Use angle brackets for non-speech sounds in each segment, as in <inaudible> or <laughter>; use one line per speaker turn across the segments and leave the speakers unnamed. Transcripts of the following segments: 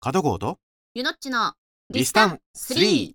角郷と
ゆのっちの
リスタン3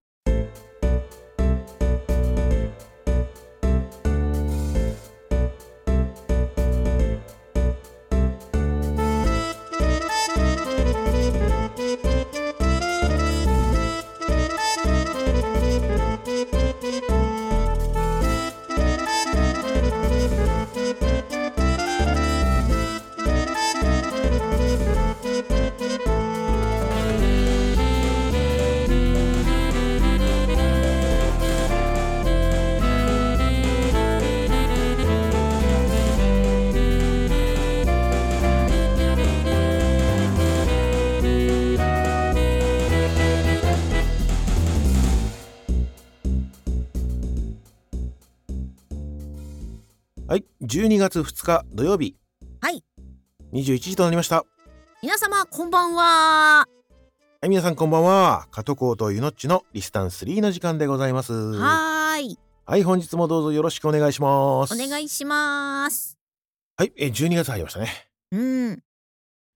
はい12月2日土曜日
はい
21時となりましたは
皆様こんばんはい
皆さんこんばんは加藤郷とゆのっちのリスタン3の時間でございますは
はーい
い本日もどうぞよろしくお願いします
お願いします
はいえ12月入りましたね
うん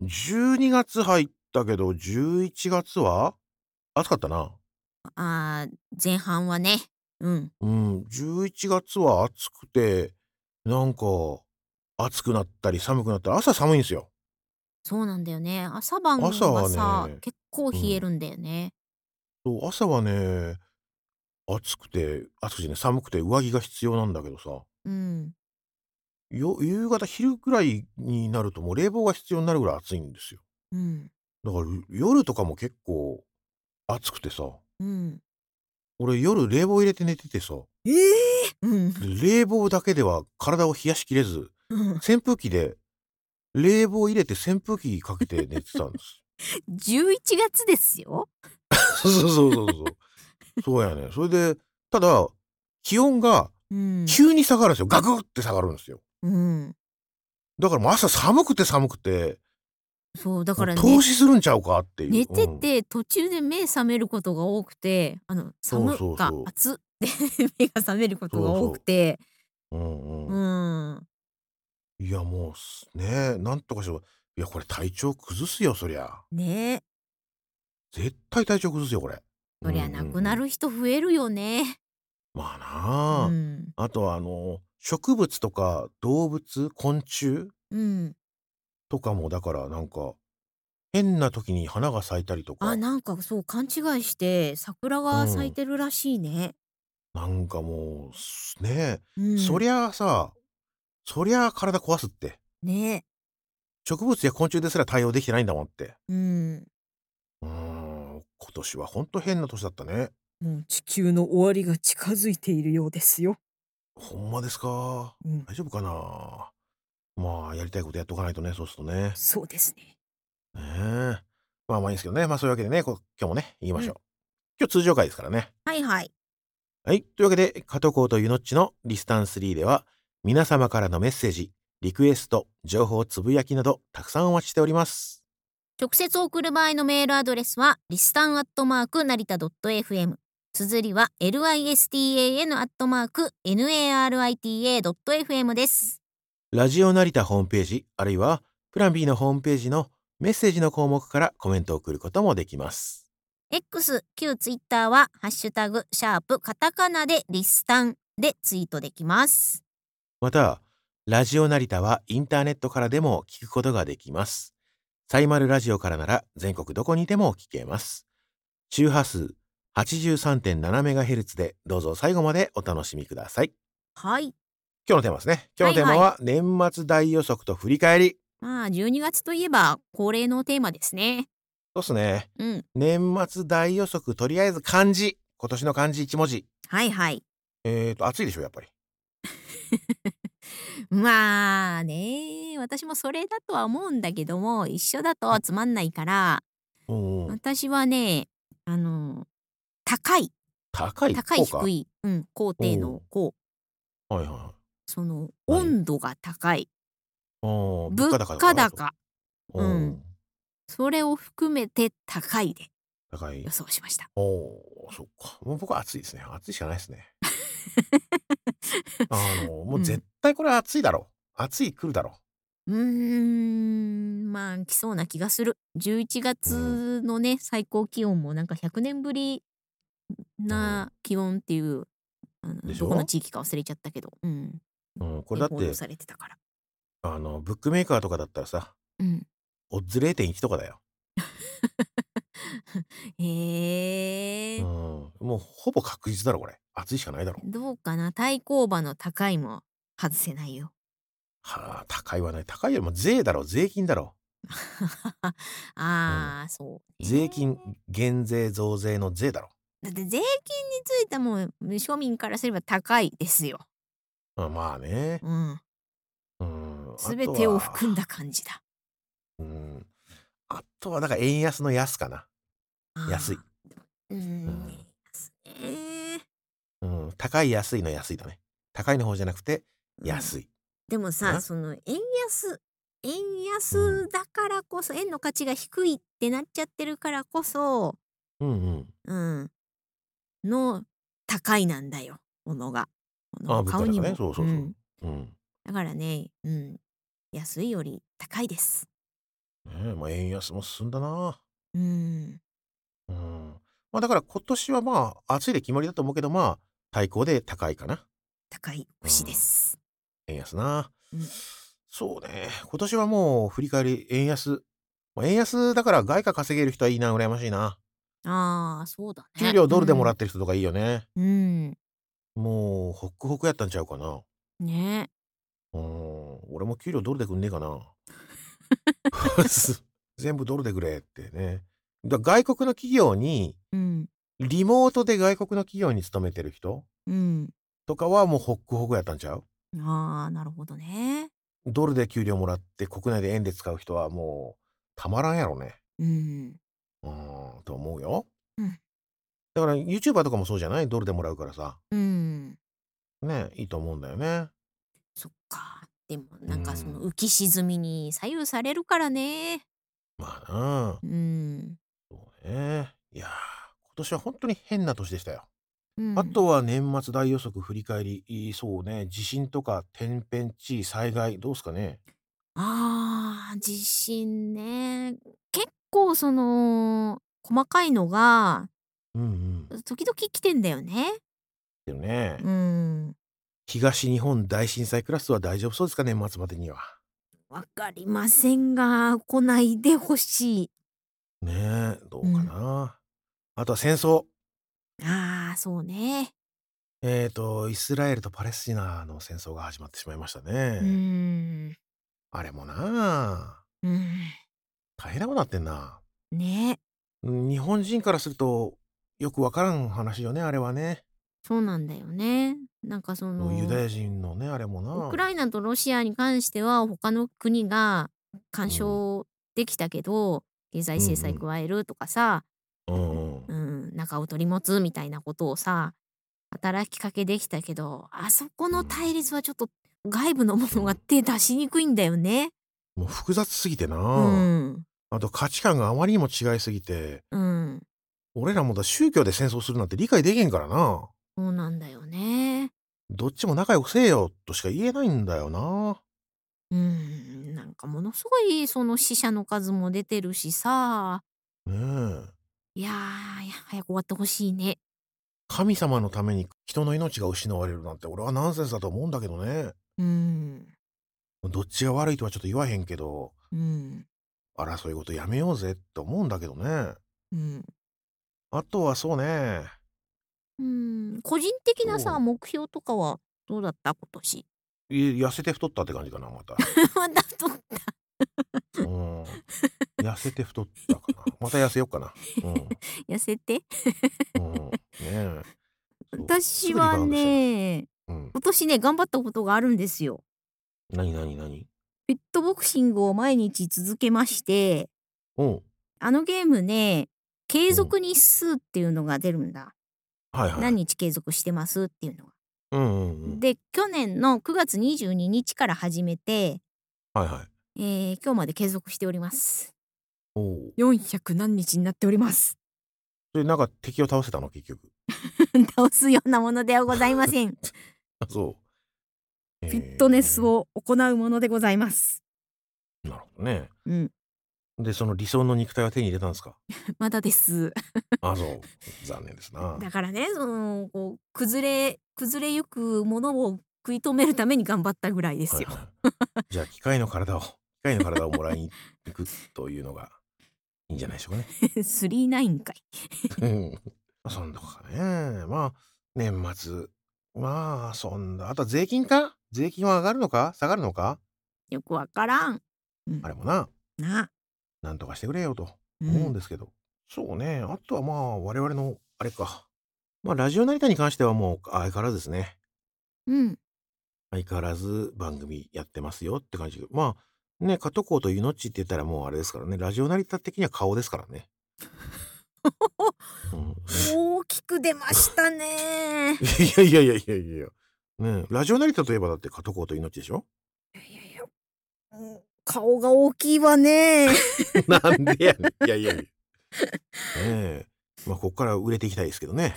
12月入ったけど11月は暑かったな
あー前半はねうん
うん11月は暑くてなんか暑くなったり寒くなったり朝寒いんですよ
そうなんだよね朝晩が
朝
さ、
はね
結構冷えるんだよね、
そう朝はね暑くて暑くてね寒くて上着が必要なんだけどさ
うん
よ夕方昼ぐらいになるともう冷房が必要になるぐらい暑いんですよ
うん
だから夜とかも結構暑くてさ
うん
俺夜冷房入れて寝ててさ
ええうん <laughs>
で冷房だけでは体を冷やしきれず
うん
扇風機で冷房入れて扇風機かけて寝てたんです
11月ですよ
<laughs> そうそうそうそうそうそうやねそれでただ気温が
うん
急に下がるんですよガクッて下がるんですよ
うん
だからもう朝寒くて寒くて、
そうだからね
投資するんちゃうかっていう。
寝て
うん
て途中で目覚めることが多くてあの
そう
寒
そう
か
そう
暑で <laughs> 目が覚めることが多くて
うん
う
うん
ん
いやもうすねなんとかしよう。いやこれ体調崩すよそりゃ。
ね
絶対体調崩すよこれ。
そりゃなくな
うんうん
る人増えるよね。
うん。まあな
う
あ。
ん
あとはあの植物とか動物昆虫
うん、
とかもだからなんか変な時に花が咲いたりとか
あなんかそう勘違いして桜が咲いてるらしいね。
なんかもうすね、
うん
そりゃあさそりゃあ体壊すって
ね
植物や昆虫ですら対応できてないんだもんって。
うん、
うーん今年はほんと変な年だったね
もう地球の終わりが近づいているようですよ。
ほんまですか
うん、
大丈夫かなまあやりたいことやっとかないとねそうするとね
そうですね。
ねえまあまあいいんですけどねまあそういうわけでねこ今日もね言いましょう、今日通常回ですからね
はいはい。
はいというわけで加藤浩とゆのっちのリスタンス3では皆様からのメッセージリクエスト情報つぶやきなどたくさんお待ちしております
直接送る場合のメールアドレスはリスタンアットマーク成田 .fm 綴りは listan アットマーク narita.fm です
ラジオ成田ホームページあるいはプラン B のホームページのメッセージの項目からコメントを送ることもできます
X 旧 Twitter は「ハッシュタグシャープカタカナ」でリスタンでツイートできます
また、ラジオ成田はインターネットからでも聞くことができます。サイマルラジオからなら全国どこにでも聞けます。周波数 83.7MHz でどうぞ最後までお楽しみください。
はい
今日のテーマですね。今日のテーマは年末大予測と振り返り。
まあ12月といえば恒例のテーマですね
そうっすね。
うん
年末大予測とりあえず漢字。今年の漢字1文字。
はいはい
えーと、暑いでしょ、やっぱり。
まあね私もそれだとは思うんだけども一緒だとつまんないから
うんうん。
私はねあの高い
高い。
高い
こうか
低いうん高低の高
はいはいはい。
その
はい
温度が高い、
おー
物
と
価
かなと
高
う
うん
ん。
それを含めて高いで
高い
予。想しました
おお、そっか。もう僕は暑いですね。暑いしかないですね。
<laughs>
あの、もう絶対これ暑いだろう。暑い来るだろ
うーん、まあ、来そうな気がする。11月のね、最高気温もなんか100年ぶりな気温っていう、あの
でしょ
どこの地域か忘れちゃったけど、うん。
うん、これだっ
で報道
て
されてたから。
あのブックメーカーとかだったらさ
うん。
オッズ0.1とかだよ、
へえ
うん、もうほぼ確実だろこれ暑いしかないだろ
どうかな対抗馬の高いも外せないよ。
はあ高いはない高いよりも税だろ税金だろ
ああ、そう。
税金減税増税の税だろ、
だって税金についても庶民からすれば高いですよ。
うん、まあね
うん。
うん
すべてを含ん
だ
だ感じだ。
うんあとはだから円安の安かな、
あー
安い。
う
うんん。
安いね
うん、高い安いの安いだね高いの方じゃなくて安い、
でもさ、
な
その円安、円安だからこそ、円の価値が低いってなっちゃってるからこそ、
うん、うん
うん、の高いなんだよ、ものが。
ああ
物買うにも
物価高ねそうそうそうんうん
だからね、うん、安いより高いです。
ねえまあ、円安も進んだな
うん、
うんまあだから今年はまあ暑いで決まりだと思うけどまあ対抗で高いかな
高い牛です。
円安な、
うん
そうね今年はもう振り返り円安、まあ、円安だから外貨稼げる人はいいな羨ましいな
ああ、そうだね。
給料ドルでもら
っ
ってる人とかいいよね、
うん、
もうホックホクやったんちゃうかな
ね
うん俺も給料ドルでくんねえか
<laughs>
な <laughs> 全部ドルでくれってねだから外国の企業に
うん、
リモートで外国の企業に勤めてる人
うん。
とかはもうホックホクやったんちゃう
ああ、なるほどね。
ドルで給料もらって国内で円で使う人はもうたまらんやろね。
うん、
うーん、と思うよ。
うん
だから YouTuber とかもそうじゃないドルでもらうからさ。
うん、
ね、いいと思うんだよね。
そっか。でも、なん
う
か
ん
その浮き沈みに左右されるからね。
まあなあ
うん、
そうね。いやー、今年は本当に変な年でしたよ。
うん、
あとは年末大予測振り返り、いいそうね。地震とか天変地異災害、どうすかね。
あー地震ね結構その細かいのが
うんうん。
時々来てんだよね
けどね、
うん
東日本大震災クラスは大丈夫そうですか、年末までには。
わかりませんが来ないでほしい
ねえどうかな、あとは戦争
あーそうね
えっ、とイスラエルとパレスチナの戦争が始まってしまいましたね、
うん
あれもなあ
うん
大変なことなってんな
ね
うん日本人からするとよくわからん話よねあれはね、
そうなんだよねなんかその
ユダヤ人のねあれもな
ウクライナとロシアに関しては他の国が干渉できたけど、経済制裁加えるとかさ、
うんうん
うん、中を取り持つみたいなことをさ働きかけできたけどあそこの対立はちょっと外部のものが手出しにくいんだよね。
もう複雑すぎてな、
うん、
あと価値観があまりにも違いすぎて
うん、
俺らもだ宗教で戦争するなんて理解できへんからな
そうなんだよね。
どっちも仲良くせえよとしか言えないんだよな
うん、なんかものすごいその死者の数も出てるしさ
ねえ
いやーいや早く終わってほしいね。
神様のために人の命が失われるなんて俺はナンセンスだと思うんだけどね
うん、
どっちが悪いとはちょっと言わへんけど
うん、
あらそういうことやめようぜって思うんだけどね
うん。
あとはそうね
うん、個人的な
そ
さ
う
目標とかはどうだった今年 <laughs>
い痩せて太ったって感じかなまた
また太った
うん痩せて太ったかなまた痩せよっかなう
痩せて
ん、うん、ねえそう
私はね
すぐリバウンドしたうん
今年ね頑張ったことがあるんですよ。
何何何
フィットボクシングを毎日続けまして
うん
あのゲームね継続日数っていうのが出るんだ、
はいはい
何日継続してますっていうのが。
うんうんうん
で去年の9月22日から始めて、
はいはい
えー今日まで継続しております。
おお
400何日になっております。
それなんか敵を倒せたの結局
<laughs> 倒すようなものではございません。
あそう
フィットネス
を
を行うものでございます。
なるほどね。
うん、
で、その理想の肉体は手に入れたんですか
まだです。
あ、
<laughs>
そう。残念ですな。
だからね、そのこう崩れ崩れゆくものを食い止めるために頑張ったぐらいですよ
は。いはいじゃあ、機械の体を、機 <laughs> 械の体をもらいに行くというのがいいんじゃないでしょうかね。
<laughs> スリーナインかい。
うん遊んだかね。まあ、年末。まあ、遊んだ。あとは税金か税金は上がるのか下がるのか
よくわからん。うん
あれもな、
な、
なんとかしてくれよと
う
思うん
ん、
ですけど。そうね。あとはまあ、我々の、あれか。まあ、ラジオ成田に関してはもう相変わらずですね。
うん、
相変わらず番組やってますよって感じで。まあ、ね、加藤公とイノッチって言ったらもうあれですからね。ラジオ成田的には顔ですからね。うん
大きく出ましたね。
いや <laughs> いやいやいやいやねえラジオ成田といえばだって加藤公と命でしょ <laughs>
いやいやうん顔が大きい
<laughs>
わね。
なんでやねんいやいやいや。ねえ。まあ、ここから売れていきたいですけどね。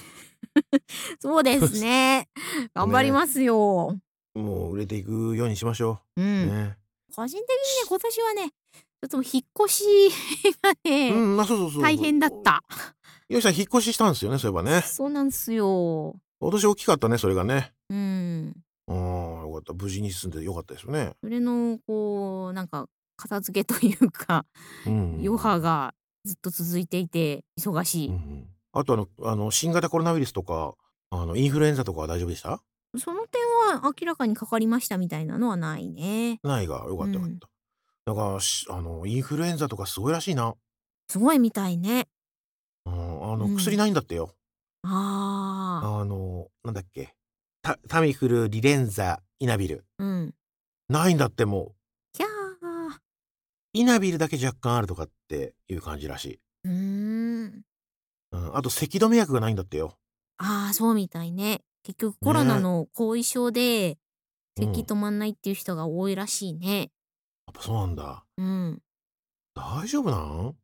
そうですね。頑張りますよ。
もう売れていくようにしましょ
う
う。
ん、
ね
個人的にね、今年はね、ちょっと引っ越しが
え。
ね、
うん、まあ、そうそうそう。
大変だっ。た。
よしさん、引っ越ししたんですよね、そういえばね。
そうなんですよ。
今年大きかったね、それがね。
うん。
うん、よかった。無事に住んでよかったですよね。
それのこうなんか片付けというか
うん。
余波がずっと続いていて忙し
うんうん。あとあの、あの、新型コロナウイルスとか、あの、インフルエンザとかは大丈夫でした
いその点は明らかにかかりましたみたいなのはないね
ないが、よかったよか
う
っ
ん
た。だからし、あの、インフルエンザとかすごいらしいな。
すごいみたいね
うん、あの、
うん
薬ないんだってよ。
あ
あの、なんだっけ。タタミフル、リレンザ、イナビル。
ーうん
ないんだってもう。
キャー
イナビルだけ若干あるとかっていう感じらしい。
うーん
うん、あと、咳止め薬がないんだってよ。
あーそうみたいね結局コロナの後遺症で
うん
咳止まんないっていう人が多いらしいね
やっぱそうなんだ。
うん
大丈夫なん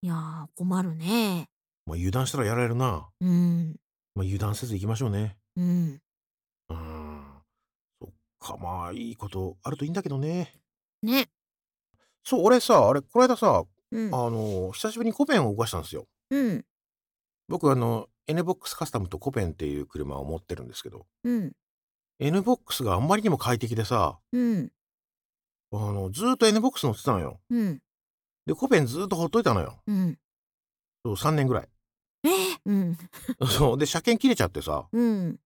いやー困るね
まあ、油断したらやられるな。
うん
まあ、油断せず行きましょうね。
うん
うん。そっか、まあ、いいことあるといいんだけどね。
ね
そう、俺さ、あれ、この間さ、
うん
あの、久しぶりにコペンを動かしたんですよ。
うん
僕、あの、NBOX カスタムとコペンっていう車を持ってるんですけど、
うん
NBOX があんまりにも快適でさ、
うん
あの、ずーっと NBOX 乗ってたのよ。
うん
で、コペンずーっとほっといたのよ。
うん
そう、3年ぐらい。 <laughs>
えーうん
そう、で、車検切れちゃってさ、
うん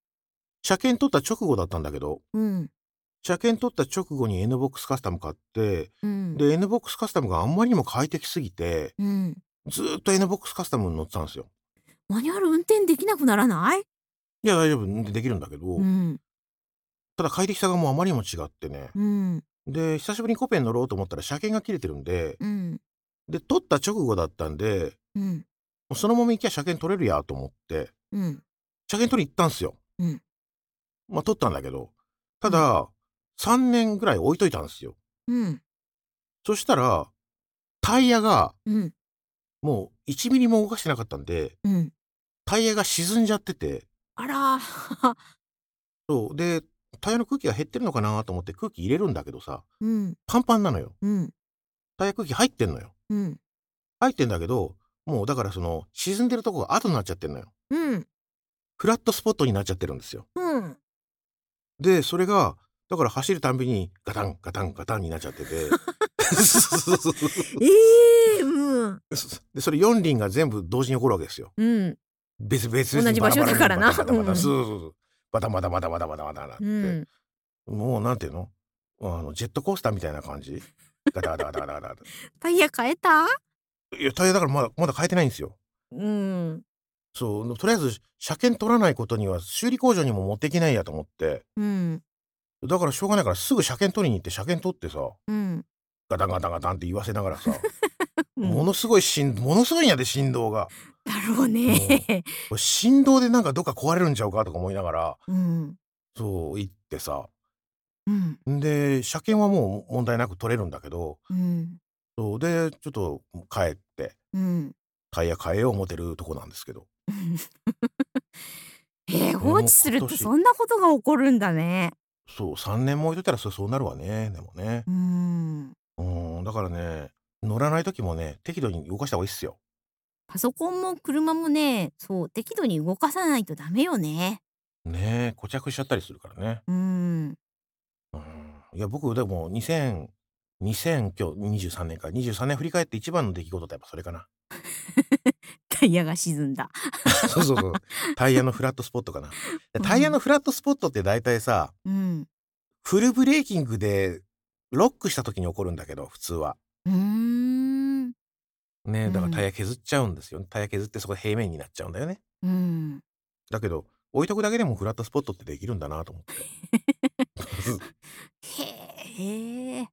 車検取った直後だったんだけど、
うん
車検取った直後に NBOX カスタム買って、
うん
で、NBOX カスタムがあんまりにも快適すぎて、
うん
ずーっと NBOX カスタムに乗ってたんですよ。
マニュアル運転できなくならない
いや、大丈夫、できるんだけど、
うん
ただ快適さがもうあまりにも違ってね。
うん
で、久しぶりにコペン乗ろうと思ったら車検が切れてるんで、
うん
で、取った直後だったんで、
うん
もうそのまま行きゃ車検取れるやと思って、
うん
車検取り行ったんすよ。
うん
まあ、取ったんだけど、ただ、3年ぐらい置いといたんですよ。
うん
そしたら、タイヤが
うん
もう1ミリも動かしてなかったんで、
うん
タイヤが沈んじゃってて、
あらー
そう、で、タイヤの空気が減ってるのかなと思って空気入れるんだけどさ、
<laughs> うん
パンパンなのよ。
うん
タイヤ空気入ってんのよ。
うん
入ってんだけど、もうだからその、沈んでるとこが後になっちゃってんのよ。
うん
フラットスポットになっちゃってるんですよ。
うん
でそれがだから走るたんびにガタンガタンガタンになっちゃって
<laughs>
て
ええー、うん
でそれ4輪が全部同時に起こるわけですよ
うん
別々
同じ場所だからな
バタバタバタバタバタ
うん
そうそうそうバタバタバタバタバタバタなって、
うん
もうなんていうのあのジェットコースターみたいな感
<laughs>
じガタガタガタガタガタ
タイヤ変えた
いやタイヤだからまだまだ変えてないんですよ
うん
そうとりあえず車検取らないことには修理工場にも持っていけないやと思って
うん
だからしょうがないからすぐ車検取りに行って車検取ってさ
うん
ガタンガタンガタンって言わせながらさ
<laughs> うん
ものすごい振ものすごいんやで振動が
だろうね
これ振動でなんかどっか壊れるんちゃうかとか思いながら
うん
そう行ってさ
うん
で車検はもう問題なく取れるんだけど
うん
そうでちょっと帰って
うん
タイヤ変えよう思ってるとこなんですけど
えー、
もう
放置する
今
と
年
そんなことが起こるんだね
そう3年も置いといたらそそうなるわねでもね
うん
うん、だからね、乗らない時もね、適度に動かした方がいいっすよ。
パソコンも車もね、そう、適度に動かさないとダメよね。
ねえ、固着しちゃったりするからね。
うん。
うん、いや、僕、でも、2000、2000、今日23年か、23年振り返って一番の出来事ってやっぱそれかな。
タイヤが沈んだ。
<laughs> そうそうそう。タイヤのフラットスポットかな。タイヤのフラットスポットって大体さ、
うん。
フルブレーキングでロックした時に起こるんだけど、普通は。
うーん。
ね
う
え、
ん
だからタイヤ削っちゃうんですよね。タイヤ削ってそこ平面になっちゃうんだよね。
うん。
だけど、置いとくだけでもフラットスポットってできるんだなと思って。
<laughs> へえ。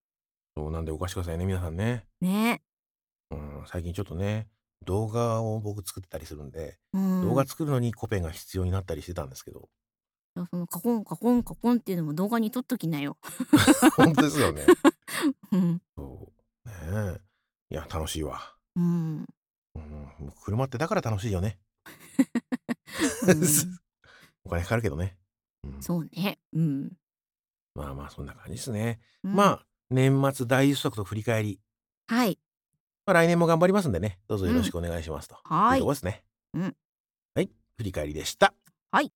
そうなんでおかしてくださいね、皆さんね。
ね。
うん、最近ちょっとね、動画を僕作ってたりするんで、
うん、
動画作るのにコペンが必要になったりしてたんです
<laughs>
けど、
いやそのカコンカコンカコンっていうのも動画に撮っときなよ。
本当ですよね。
うん。
そう。ねえ。いや、楽しいわ。
うん。
うん、車ってだから楽しいよね。
うん
<laughs> お金かかるけどね。うん、
そうね。うん。
まあまあ、そんな感じですね。
うん
まあ、年末大予測と振り返り、
はい。
まあ、来年も頑張りますんでね、どうぞよろしくお願いしますと。
は
とう
い
とこですね。
うん
はい、振り返りでした。
はい。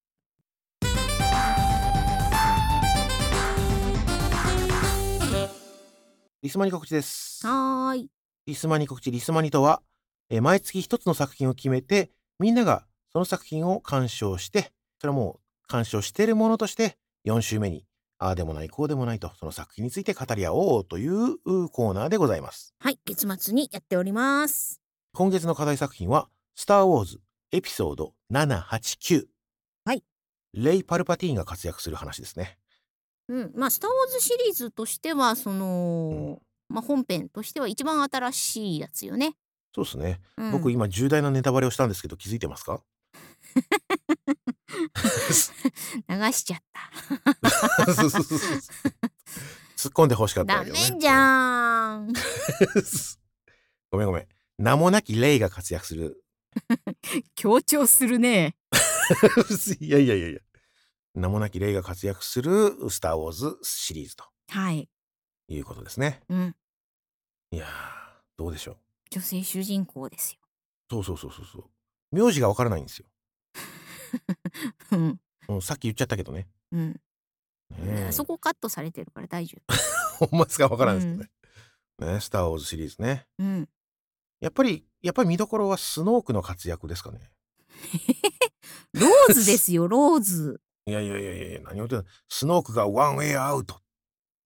リスマニ告知です。
はーい。
リスマニ告知、リスマニとは、えー毎月一つの作品を決めて、みんながその作品を鑑賞して、それはもう鑑賞しているものとして、4週目に、ああでもない、こうでもないと、その作品について語り合おうといううコーナーでございます。
はい。月末にやっております。
今月の課題作品は、スター・ウォーズエピソード789。
はい。
レイ・パルパティーンが活躍する話ですね。
うん。まあ、スター・ウォーズシリーズとしては、その、まあ、本編としては一番新しいやつよね。
そうですね。
うん、
僕今重大なネタバレをしたんですけど気づいてますか <laughs>
流しちゃった。
突っ込んで欲しかった
ダ
んだけどね。
メじゃん。
<laughs> ごめんごめん。名もなきレイが活躍する。 <laughs>
強調するね。
いやいやいやいや。名もなきレイが活躍するスター・ウォーズシリーズと
はい。
いうことですね。
うん。
いやー、どうでしょう。
女性主人公ですよ。 <laughs>
そうそうそうそうそう。名字がわからないんですよ。
うん。
うん、さっき言っちゃったけどね。
うん。
ねえ
そこカットされてるから大丈夫。
<laughs> ほんまですかわからないですけどね。ね、スター・ウォーズシリーズね。
うん。
やっぱり、やっぱり見どころはスノークの活躍ですかね。
ローズで
<laughs>
すよ、ローズ。
いやいやいやいや、何を言ってんのスノークがワンウェイアウト。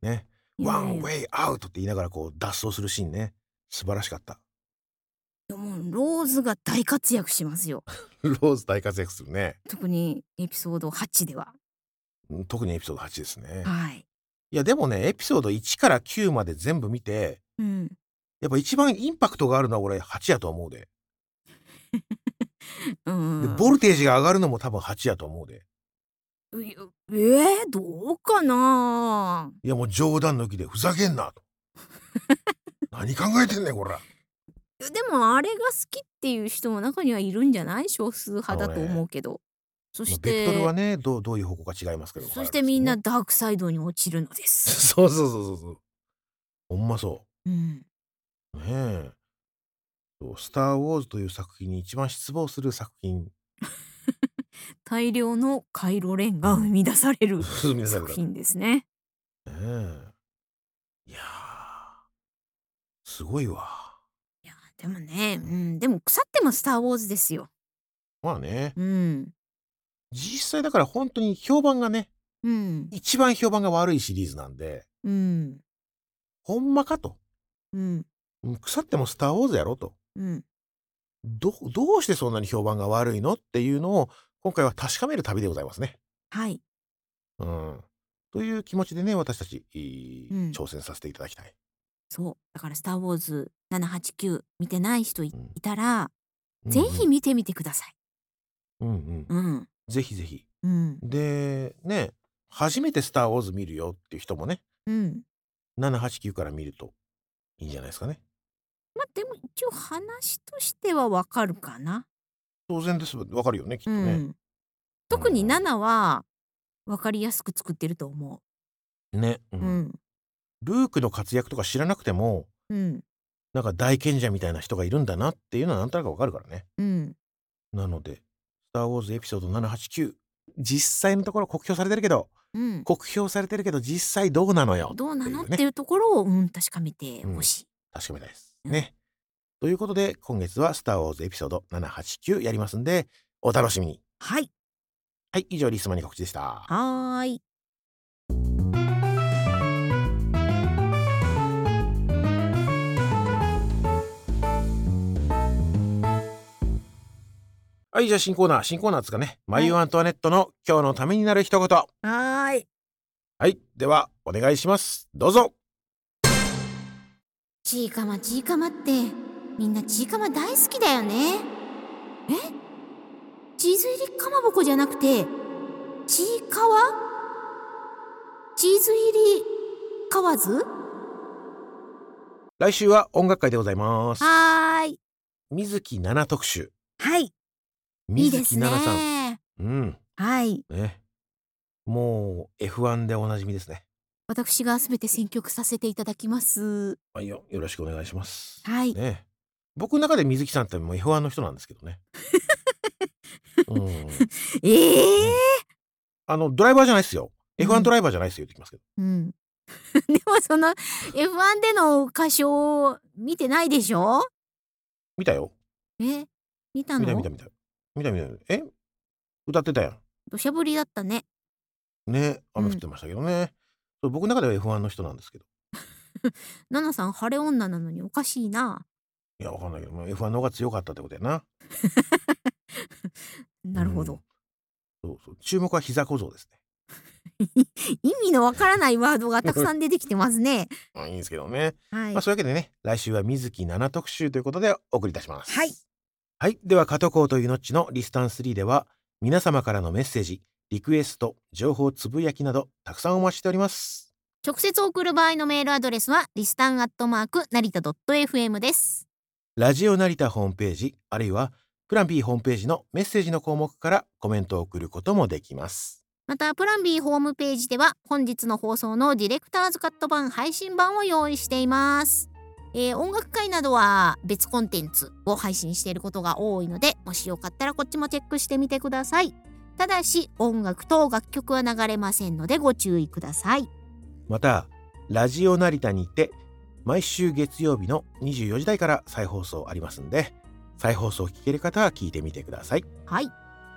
ね。ワンウ
イ。
ェイアウトって言いながらこう脱走するシーンね。素晴らしかった。 <laughs>
いやもうローズが大活躍しますよ。
ローズ大活躍するね。
特にエピソード8では。
うん特にエピソード8ですね。
はい。
いや、でもね、エピソード1から9まで全部見て、
うん。
やっぱ一番インパクトがあるのは俺8やと思うで。
うん。
で、ボルテージが上がるのも多分8やと思うで。
ういえー、どうかない
やもう冗談抜きでふざけん
<laughs>
なと。何考えてんねんこら。
いやでもあれが好きっていう人も中にはいるんじゃない少数派だと思うけど。そし
ベ
て、
クトルはねどうどういう方向か違いますけど。
そしてみんな
ね。
ダークサイドに落ちるのです。
<laughs> そうそうそうそうそう。ほんまそ
うん。
う。ねえ。そうスター・ウォーズという作品に一番失望する作品。
大量のカイロレンが生み出される
皆さん
作
が。ね
品ですね。
え。いやーすごいわ。
いやでもね、うん、でも腐ってもスター・ウォーズですよ。
まあね
うん。
実際だから本当に評判がね
うん。
一番評判が悪いシリーズなんで
うん。
ほんまかと。
うん。
うん腐ってもスター・ウォーズやろと。
うん。
どどうしてそんなに評判が悪いのっていうのを今回は確かめる旅でございますね。
はい。
うん、という気持ちでね私たち、いい
うん
挑戦させていただきたい。
そう。だから、スター・ウォーズ789見てない人い
うん
いたら、ぜひ見てみてください。
うんうん、うんうん
うん。
ぜひぜひ。
うん。
でね初めて「スター・ウォーズ」見るよっていう人もね
うん。
789から見るといいんじゃないですかね。
まあ、でも一応話としてはわかるかな。
当然ですわかるよねきっと
う
ね。
ん。特に
うん
7は、わかりやすく作ってると思
ね、う
う。
ん
うん。
ルークの活躍とか知らなくても
うん
なんか大賢者みたいな人がいるんだなっていうのはなんとなくわかるからね
うん
なので「スター・ウォーズエピソード789」実際のところ酷評されてるけど
うん
酷評されてるけど実際どうなのよ
どうなの
っ
っ
ていうね
ていうところを、うん、確かめてほしい。
確かめたいです。
うん
ね。ということで今月は「スター・ウォーズエピソード789」やりますんでお楽しみに。
はい。
はい以上リスマに告知でした。
はーい。
はいじゃあ新コーナー新コーナーですかね。マリオ・アントワネットの今日のためになる一言。
はーい。
はいではお願いします。どうぞ
ちいかまちいかまってみんなちいかま大好きだよねえチーズ入りかまぼこじゃなくてちいかわチーズ入りかわず
来週は音楽会でございます。
はーい
水木奈々特集。
はいいい
水
です
木
ね
奈々さん。うん
はい
ね。もう F1 でおなじみですね。
私がすべて選曲させていただきます
はいよよろしくお願いします。
はい
ね、僕の中で水木さんってもう F1 の人なんですけど
<laughs>
ね。うん、
ええ
あのドライバーじゃないですよ。
う
F1
ん
ドライバーじゃないですよ言ってきますけど。
うん <laughs> でもその F1 での歌唱を見てないでしょ
見たよ。
え見た
見た見
の
た見た。見た見た。え歌ってたや
土砂降りだったね
ん。ね雨降ってましたけどね。そう僕の中では F1 の人なんですけど。
ナナさん晴れ女なのにおかしいない
やわかんないけど、まあ、F1 の方が強かったってことやな。
なるほど、
うん。そうそう注目は膝小僧ですね。
意味のわからないワードがたくさん出てきてます
<laughs>
ね
まあいいんですけどね。
はい
まあそういうわけでね来週は水木奈々特集ということでお送りいたします。
はい
はい。では、加藤コーというのっちのリスタンス3では、皆様からのメッセージ、リクエスト、情報つぶやきなど、たくさんお待ちしております。
直接送る場合のメールアドレスはリスタンアットマーク成田 .fm です
ラジオ成田ホームページ、あるいは、プラン B ホームページのメッセージの項目からコメントを送ることもできます。
またプラン B ホームページでは本日の放送のディレクターズカット版配信版を用意しています、えー音楽会などは別コンテンツを配信していることが多いのでもしよかったらこっちもチェックしてみてくださいただし音楽と楽曲は流れませんのでご注意ください
また、ラジオ成田にて、毎週月曜日の24時台から再放送ありますんで、再放送を聞ける方は聞いてみてください。
はい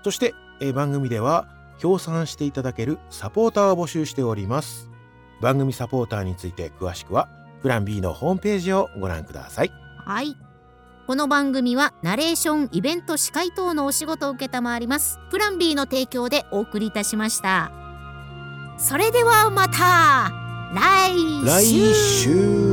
そして、えー番組では協賛していただけるサポーターを募集しております。番組サポーターについて詳しくは、プラン B のホームページをご覧ください。
はい。この番組はナレーション、イベント、司会等のお仕事を受けたまわります。プラン B の提供でお送りいたしました。それではまた来週
来週